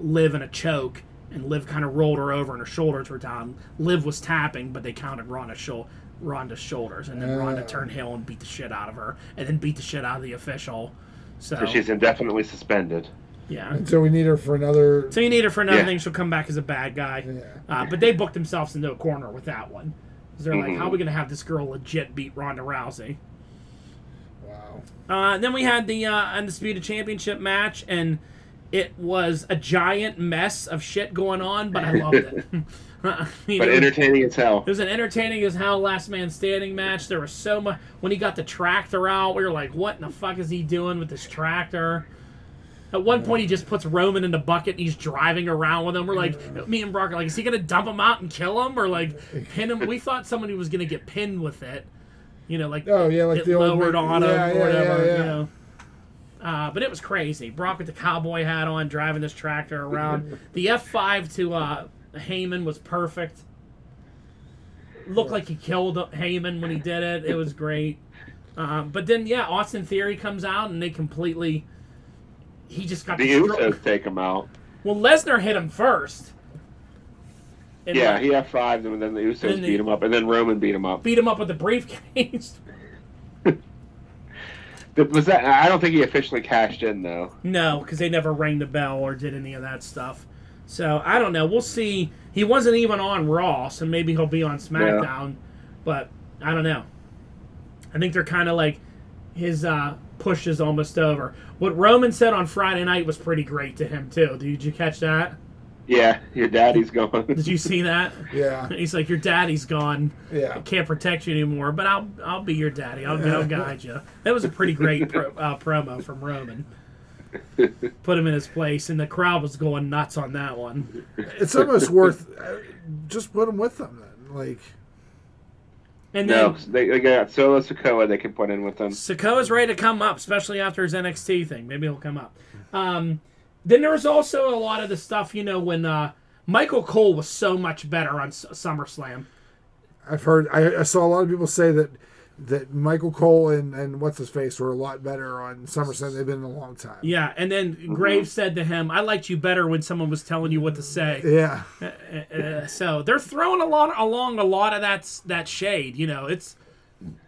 Liv in a choke, and Liv kind of rolled her over, and her shoulders were down. Liv was tapping, but they counted Ronda's, shou- Ronda's shoulders, and then Ronda Oh. turned heel and beat the shit out of her, and then beat the shit out of the official. So So she's indefinitely suspended. yeah, And so we need her for another. so you need her for another Yeah. thing. She'll come back as a bad guy. Yeah. Uh, but they booked themselves into a corner with that one. 'Cause They're like, Mhm. how are we gonna have this girl legit beat Ronda Rousey? Wow. Uh, then we had the uh, undisputed championship match, and it was a giant mess of shit going on, but I loved it. [laughs] I mean, it, was, But entertaining as hell. it was an entertaining as hell last man standing match. There was so much when he got the tractor out. We were like, "What in the fuck is he doing with this tractor?" At one point, he just puts Roman in the bucket and he's driving around with him. We're like, me and Brock are like, "Is he gonna dump him out and kill him, or like pin him?" We thought somebody was gonna get pinned with it. You know, like Oh yeah, like it the old lowered on him yeah, or yeah, whatever. Yeah, yeah. You know. Uh, but it was crazy. Brock with the cowboy hat on, driving [laughs] this tractor around. the F five to uh, Heyman was perfect. looked like he killed Heyman when he did it. It was great. Um, but then, yeah, Austin Theory comes out and they completely. He just got The destroyed. Usos take him out. Well, Lesnar hit him first. And Yeah, like, he F fives him, and then the Usos Then they- beat him up, and then Roman beat him up. beat him up with the briefcase. [laughs] Th- Was that? I don't think he officially cashed in though. no, because they never rang the bell or did any of that stuff. So I don't know. We'll see. He wasn't even on Raw, so maybe he'll be on SmackDown. But I don't know. I think they're kind of like his uh, push is almost over. What Roman said on Friday night was pretty great to him too. Did you catch that? Yeah, your daddy's going. [laughs] Did you see that? Yeah, He's like, your daddy's gone. I yeah. can't protect you anymore, but I'll I'll be your daddy. I'll, I'll guide you. That was a pretty great pro, uh, promo from Roman. Put him in his place, and the crowd was going nuts on that one. It's [laughs] almost worth uh, just put him with them then. Like, And no, then they, they got Solo Sokoa they can put in with them. Sakoa's ready to come up, especially after his NXT thing. Maybe he'll come up. Um, then there was also a lot of the stuff, you know, when uh, Michael Cole was so much better on S- SummerSlam. I've heard, I, I saw a lot of people say that that Michael Cole and and what's his face were a lot better on SummerSlam. They've been in a long time. Yeah, and then Graves said to him, "I liked you better when someone was telling you what to say." Yeah, Uh, so they're throwing a lot along a lot of that that shade. You know, it's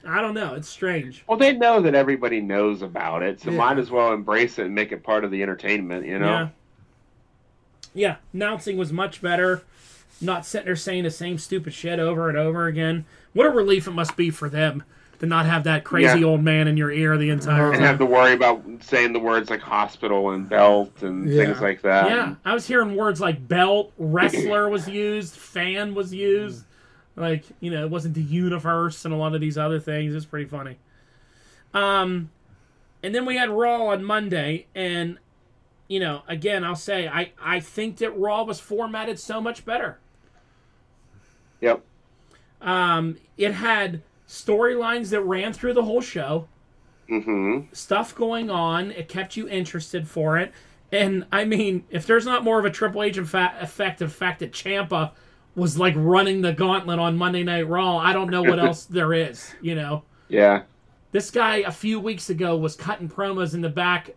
I don't know. It's strange. Well, they know that everybody knows about it, so Yeah. might as well embrace it and make it part of the entertainment. You know. Yeah. Yeah, announcing was much better. Not sitting there saying the same stupid shit over and over again. What a relief it must be for them to not have that crazy Yeah. old man in your ear the entire Mhm. and time. have to worry about saying the words like hospital and belt and Yeah. things like that. Yeah, I was hearing words like belt, wrestler was used, fan was used. Like, you know, it wasn't the universe and a lot of these other things. It's pretty funny. Um, and then we had Raw on Monday, and you know, again, I'll say I I think that Raw was formatted so much better. Yep. Um, it had storylines that ran through the whole show, hmm stuff going on. It kept you interested for it. And I mean, if there's not more of a Triple H effa- effect of the fact that Champa was like running the gauntlet on Monday Night Raw, I don't know what else there is. You know, Yeah. this guy a few weeks ago was cutting promos in the back,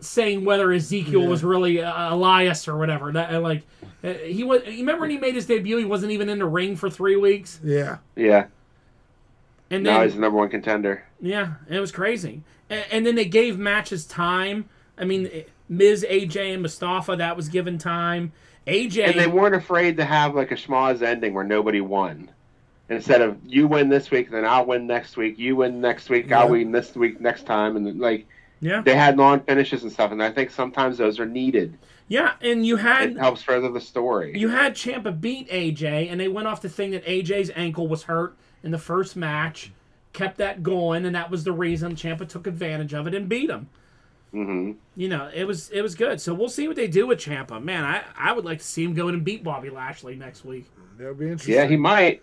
saying whether Ezekiel Yeah. was really uh, Elias or whatever. That and, like uh, he was. You remember when he made his debut? He wasn't even in the ring for three weeks, yeah. Yeah. and then Now he's the number one contender. Yeah, it was crazy. And, and then they gave matches time. I mean, eh, Miz, AJ, and Mustafa, that was given time. AJ, And they weren't afraid to have like a schmoz ending where nobody won. Instead of you win this week, then I'll win next week. You win next week, I'll Yeah. win this week next time, and like yeah, they had non finishes and stuff. And I think sometimes those are needed. yeah, and you It had helps further the story. you had Champa beat AJ, and they went off the thing that AJ's ankle was hurt in the first match, kept that going, and that was the reason Champa took advantage of it and beat him. hmm You know, it was it was good. So we'll see what they do with Champa. Man, I I would like to see him go in and beat Bobby Lashley next week. That would be interesting. Yeah, he might.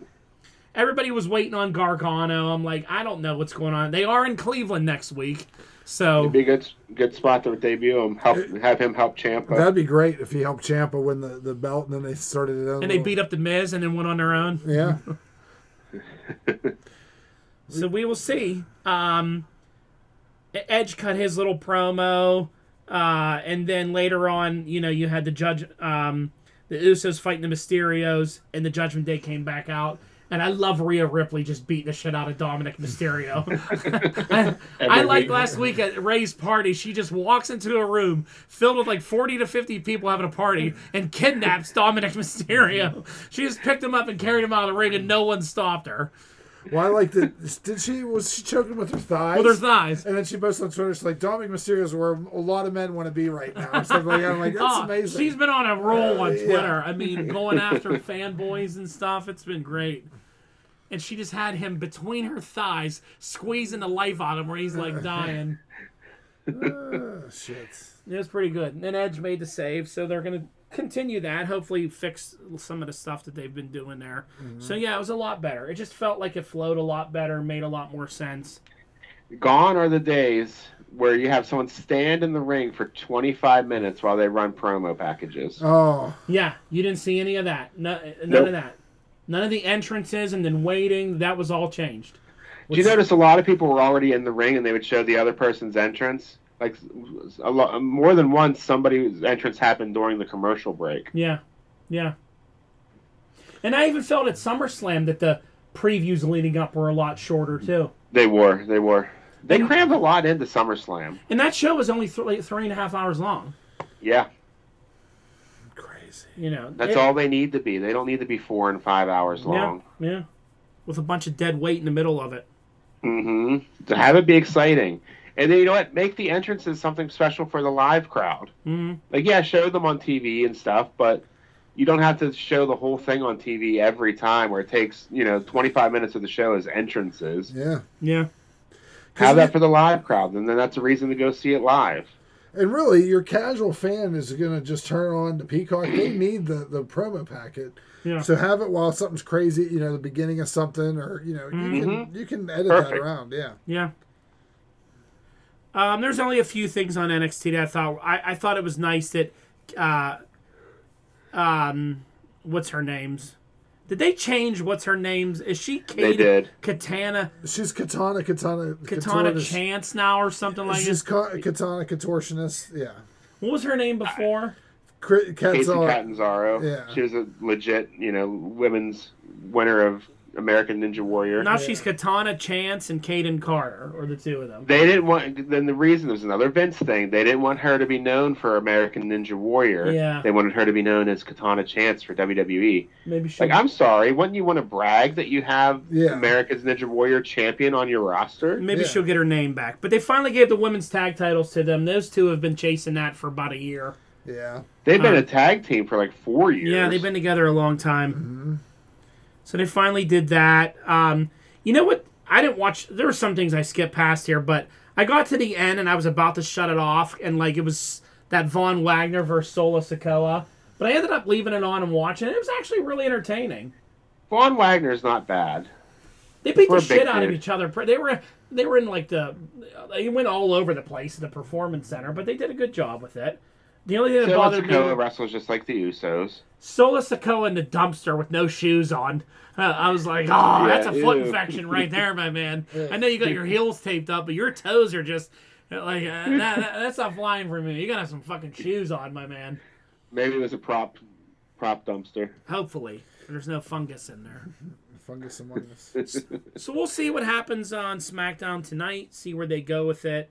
everybody was waiting on Gargano. I'm like, I don't know what's going on. They are in Cleveland next week, so It'd be a good good spot to debut him. Help have him help Champa. That'd be great if he helped Champa win the, the belt, and then they started it. and they beat up the Miz and then went on their own. [laughs] Yeah, So we will see. Um, E- Edge cut his little promo, uh, and then later on, you know, you had the judge, um, the Usos fighting the Mysterios, and the Judgment Day came back out. And I love Rhea Ripley just beating the shit out of Dominic [laughs] Mysterio. [laughs] I, I Every like week. last week at Ray's party, she just walks into a room filled with like 40 to 50 people having a party and kidnaps Dominic Mysterio. She just picked him up and carried him out of the ring, and no one stopped her well, I like that. Did she was she choking with her thighs? with her thighs. And then she posted on Twitter, she's like, "Dominic Mysterio is where a lot of men want to be right now." And stuff like that. [laughs] I'm like, that's Oh, amazing. She's been on a roll on Yeah. Twitter. I mean, going after fanboys and stuff. It's been great. And she just had him between her thighs, squeezing the life out of him where he's like dying. Uh, shit. [laughs] It was pretty good. And then Edge made the save, so they're going to continue that. Hopefully, fix some of the stuff that they've been doing there. So, yeah, it was a lot better. It just felt like it flowed a lot better, made a lot more sense. Gone are the days where you have someone stand in the ring for 25 minutes while they run promo packages. Oh, Yeah, you didn't see any of that. No, none Nope. of that. None of the entrances and then waiting, that was all changed. Do you notice a lot of people were already in the ring and they would show the other person's entrance? Like a lot, more than once, somebody's entrance happened during the commercial break. Yeah. Yeah. And I even felt at SummerSlam that the previews leading up were a lot shorter, too. They were, they were. They crammed a lot into SummerSlam. And that show was only th- like three and a half hours long. Yeah, Crazy. You know, that's it- all they need to be. They don't need to be four and five hours long. Yeah, yeah. With a bunch of dead weight in the middle of it. hmm To have it be exciting, and then you know what? Make the entrances something special for the live crowd. hmm Like, yeah, show them on TV and stuff, but you don't have to show the whole thing on TV every time, where it takes you know 25 minutes of the show as entrances. Yeah. Yeah. Have that for the live crowd, and then that's a reason to go see it live. And really, your casual fan is going to just turn on the Peacock. [clears throat] They need the, the promo packet. Yeah. So have it while something's crazy, you know, the beginning of something, or you know, you can you can edit that Mm-hmm. Perfect. around. Yeah. Yeah. Um, there's only a few things on NXT that I thought I, I thought it was nice that uh, um, what's her name's? Did they change what's her name's? Is she Kate They did. Katana She's Katana, Katana, Katana Katortis- Chance now or something like this? She's ca- Katana Contortionist. Yeah. What was her name before? Cri- Casey Cat's all. Catanzaro. Yeah. She was a legit, you know, women's winner of American Ninja Warrior. Now she's Katana Chance and Caden Carter, or the two of them. They didn't want. Then the reason there's another Vince thing. They didn't want her to be known for American Ninja Warrior. Yeah. They wanted her to be known as Katana Chance for WWE. Maybe she. Like, I'm sorry. Wouldn't you want to brag that you have Yeah. America's Ninja Warrior champion on your roster? Maybe Yeah. she'll get her name back. But they finally gave the women's tag titles to them. Those two have been chasing that for about a year. Yeah. They've been Uh, a tag team for like four years. Mm-hmm. Yeah, they've been together a long time. So they finally did that. Um, you know what? I didn't watch. There were some things I skipped past here, but I got to the end and I was about to shut it off, and like it was that Von Wagner versus Sola Sokoa. But I ended up leaving it on and watching. It was actually really entertaining. Vaughn Wagner's not bad. They beat We're the a big shit out of dude. each other. They were they were in like the they went all over the place at the performance center, but they did a good job with it. The only thing that Sola bothered Sokoa me wrestles just like the Usos. Sola Sokoa in the dumpster with no shoes on. [laughs] Uh, I was like, oh, that's a foot ew. infection right there, my man. I know you got your heels taped up, but your toes are just like uh, that, that- that's not flying for me. You gotta have some fucking shoes on, my man. Maybe it was a prop, prop dumpster. [laughs] Hopefully, there's no fungus in there. Fungus among [laughs] us. So we'll see what happens on SmackDown tonight. See where they go with it.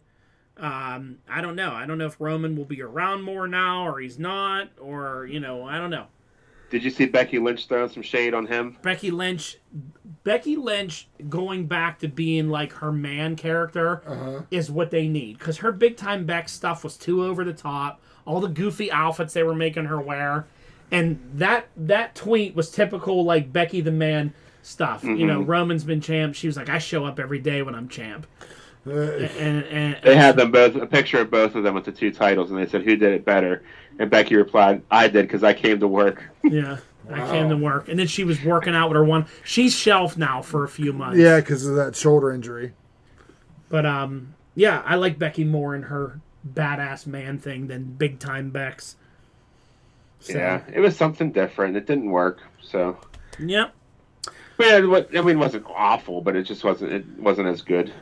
Um, I don't know. I don't know if Roman will be around more now, or he's not, or you know, I don't know. Did you see Becky Lynch throwing some shade on him? Becky Lynch, Becky Lynch going back to being like her man character Uh-huh. is what they need because her big time Beck stuff was too over the top. All the goofy outfits they were making her wear, and that that tweet was typical like Becky the man stuff. You know, Roman's been champ. She was like, I show up every day when I'm champ. Uh, and, and They had them both a picture of both of them with the two titles, and they said who did it better. And Becky replied, "I did because I came to work." yeah. I came to work, and then she was working out with her one. She's shelved now for a few months. yeah, because of that shoulder injury. but um, yeah, I like Becky more in her badass man thing than big time Bex. So, Yeah, it was something different. It didn't work, so. Yep. But yeah, what- I mean, it wasn't awful, but it just wasn't. It wasn't as good.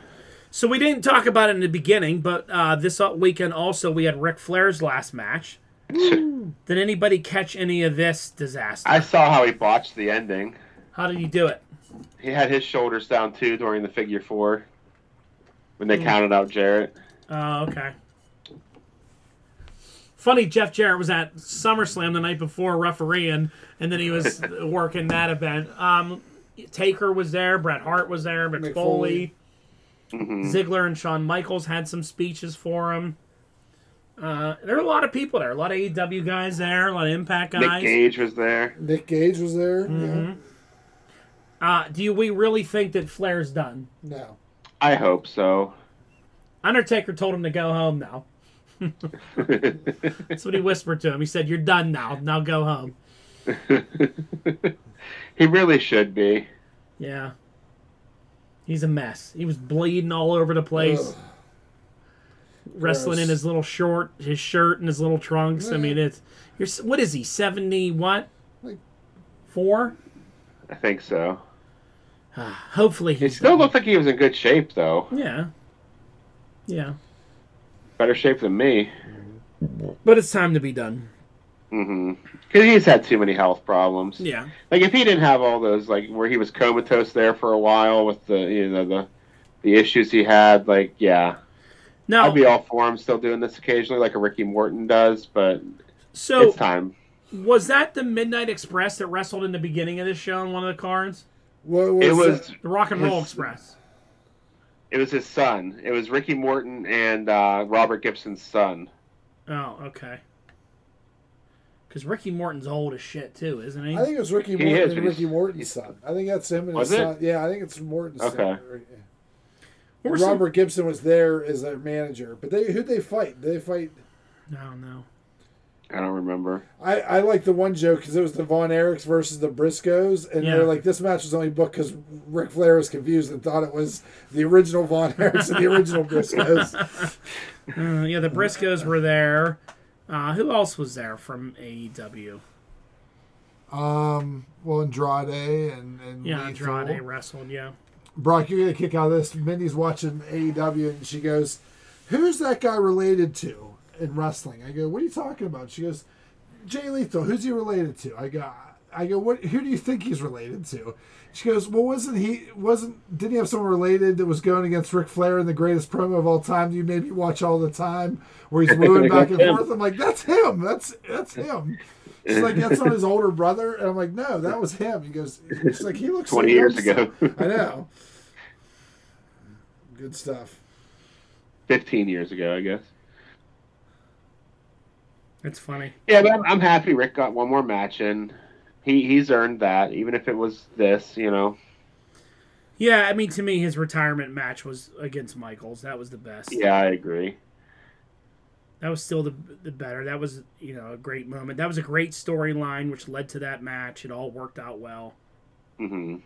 So we didn't talk about it in the beginning, but uh, this weekend also we had Ric Flair's last match. Did anybody catch any of this disaster? I saw how he botched the ending. How did he do it? He had his shoulders down too during the figure four when they counted out Jarrett. Oh, okay. Funny, Jeff Jarrett was at SummerSlam the night before refereeing, and then he was working that event. Um, Taker was there, Bret Hart was there, McFoley, Foley, Foley. Ziggler, and Shawn Michaels had some speeches for him. Uh, there are a lot of people there, a lot of AEW guys there, a lot of Impact Nick guys. Gage was there. Nick Gage was there. Yeah. Mm-hmm. Uh, do you, we really think that Flair's done? No. I hope so. [laughs] Undertaker told him to go home now. That's what he whispered to him. He said, "You're done now. Now go home." he really should be. Yeah. He's a mess. He was bleeding all over the place, Ugh. wrestling in gross. his little short, his shirt, and his little trunks. I mean, it's you're s- what is he seventy what? Like- Four? I think so. Hopefully He he's still done. looked like he was in good shape, though. yeah, yeah. Better shape than me. But it's time to be done. Mm-hmm. Because he's had too many health problems. Yeah, Like if he didn't have all those, like where he was comatose there for a while with the you know the the issues he had, like yeah, no. I'd be all for him still doing this occasionally, like a Ricky Morton does. But so it's time. was that the Midnight Express that wrestled in the beginning of this show on one of the cards? What was It was The Rock and Roll Yes. Express. it was his son. It was Ricky Morton and uh, Robert Gibson's son. Oh, okay. Because Ricky Morton's old as shit too, isn't he? I think it was Ricky He Morton is, and but he's- Ricky Morton's son. I think that's him and Was his it? son. Yeah, I think it's Morton's son. Okay. What were some- Robert Gibson was there as their manager, but they who'd they fight? Did they fight. I don't know. I don't remember. I, I like the one joke because it was the Von Erichs versus the Briscoes, and Yeah. they're like, this match was only booked because Ric Flair was confused and thought it was the original Von Erichs and [laughs] the original Briscoes. Uh, yeah, the Briscoes were there. Uh, who else was there from E AEW? Um, well, Andrade and, and Yeah, Lethal. Andrade wrestled. Yeah. Brock, you're gonna kick out of this. Mindy's watching AEW and she goes, Who's that guy related to in wrestling? I go, What are you talking about? She goes, Jay Lethal, who's he related to? I go I go, What who do you think he's related to? She goes, Well wasn't he wasn't didn't he have someone related that was going against Ric Flair in the greatest promo of all time that you made me watch all the time where he's [laughs] wooing back and That's him. forth? I'm like, That's him. That's that's him. She's like, that's not his older brother, and I'm like, no, that was him. He goes, she's like, he looks 20 like years him." ago. [laughs] I know. Good stuff. Fifteen years ago, I guess. It's funny. Yeah, but I'm, I'm happy Rick got one more match in. He he's earned that, even if it was this, you know. Yeah, I mean, to me, his retirement match was against Michaels. That was the best. Yeah, I agree. That was still the, the better. That was, you know, a great moment. That was a great storyline, which led to that match. It all worked out well. hmm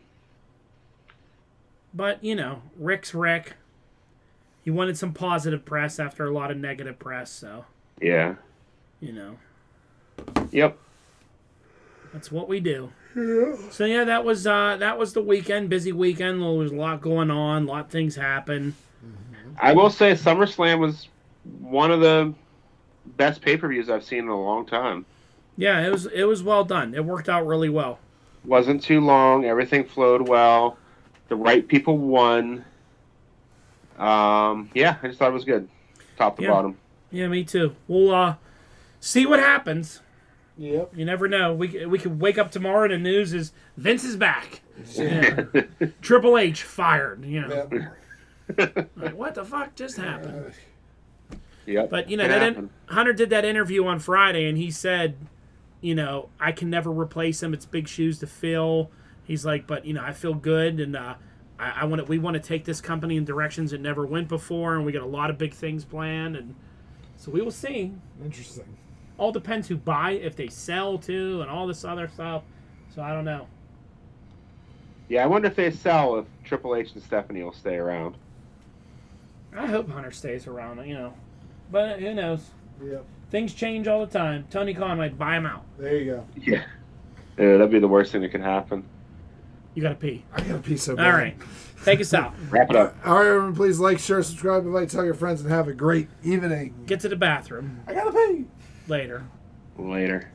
But, you know, Rick's Rick. He wanted some positive press after a lot of negative press, so, Yeah. you know, Yep. that's what we do. So yeah, that was uh that was the weekend, busy weekend. There was a lot going on, a lot of things happen. I will say SummerSlam was one of the best pay per views I've seen in a long time. Yeah, it was it was well done. It worked out really well. Wasn't too long. Everything flowed well. The right people won. Um, yeah, I just thought it was good, top to Yeah. bottom. Yeah, me too. We'll uh see what happens. Yep. You never know. We c- we could wake up tomorrow and the news is Vince is back. Yeah. Triple H fired. You know, Yep. Uh, like, what the fuck just happened? Yep. But you know, It that happened. in, Hunter did that interview on Friday, and he said, you know, I can never replace him. It's big shoes to fill. He's like, but you know, I feel good, and uh, I, I want to. We want to take this company in directions it never went before, and we got a lot of big things planned, and so we will see. Interesting. all depends who buy if they sell to and all this other stuff so i don't know yeah, I wonder if they sell if Triple H and Stephanie will stay around. i hope hunter stays around you know but who knows Yep. things change all the time tony khan might buy him out There you go. Yeah. Yeah, that'd be the worst thing that could happen. you gotta pee I got a piece of. all right take us out Wrap it up. All right, everyone. Please like, share, subscribe, invite, tell your friends, and have a great evening. get to the bathroom I gotta pee. later Later.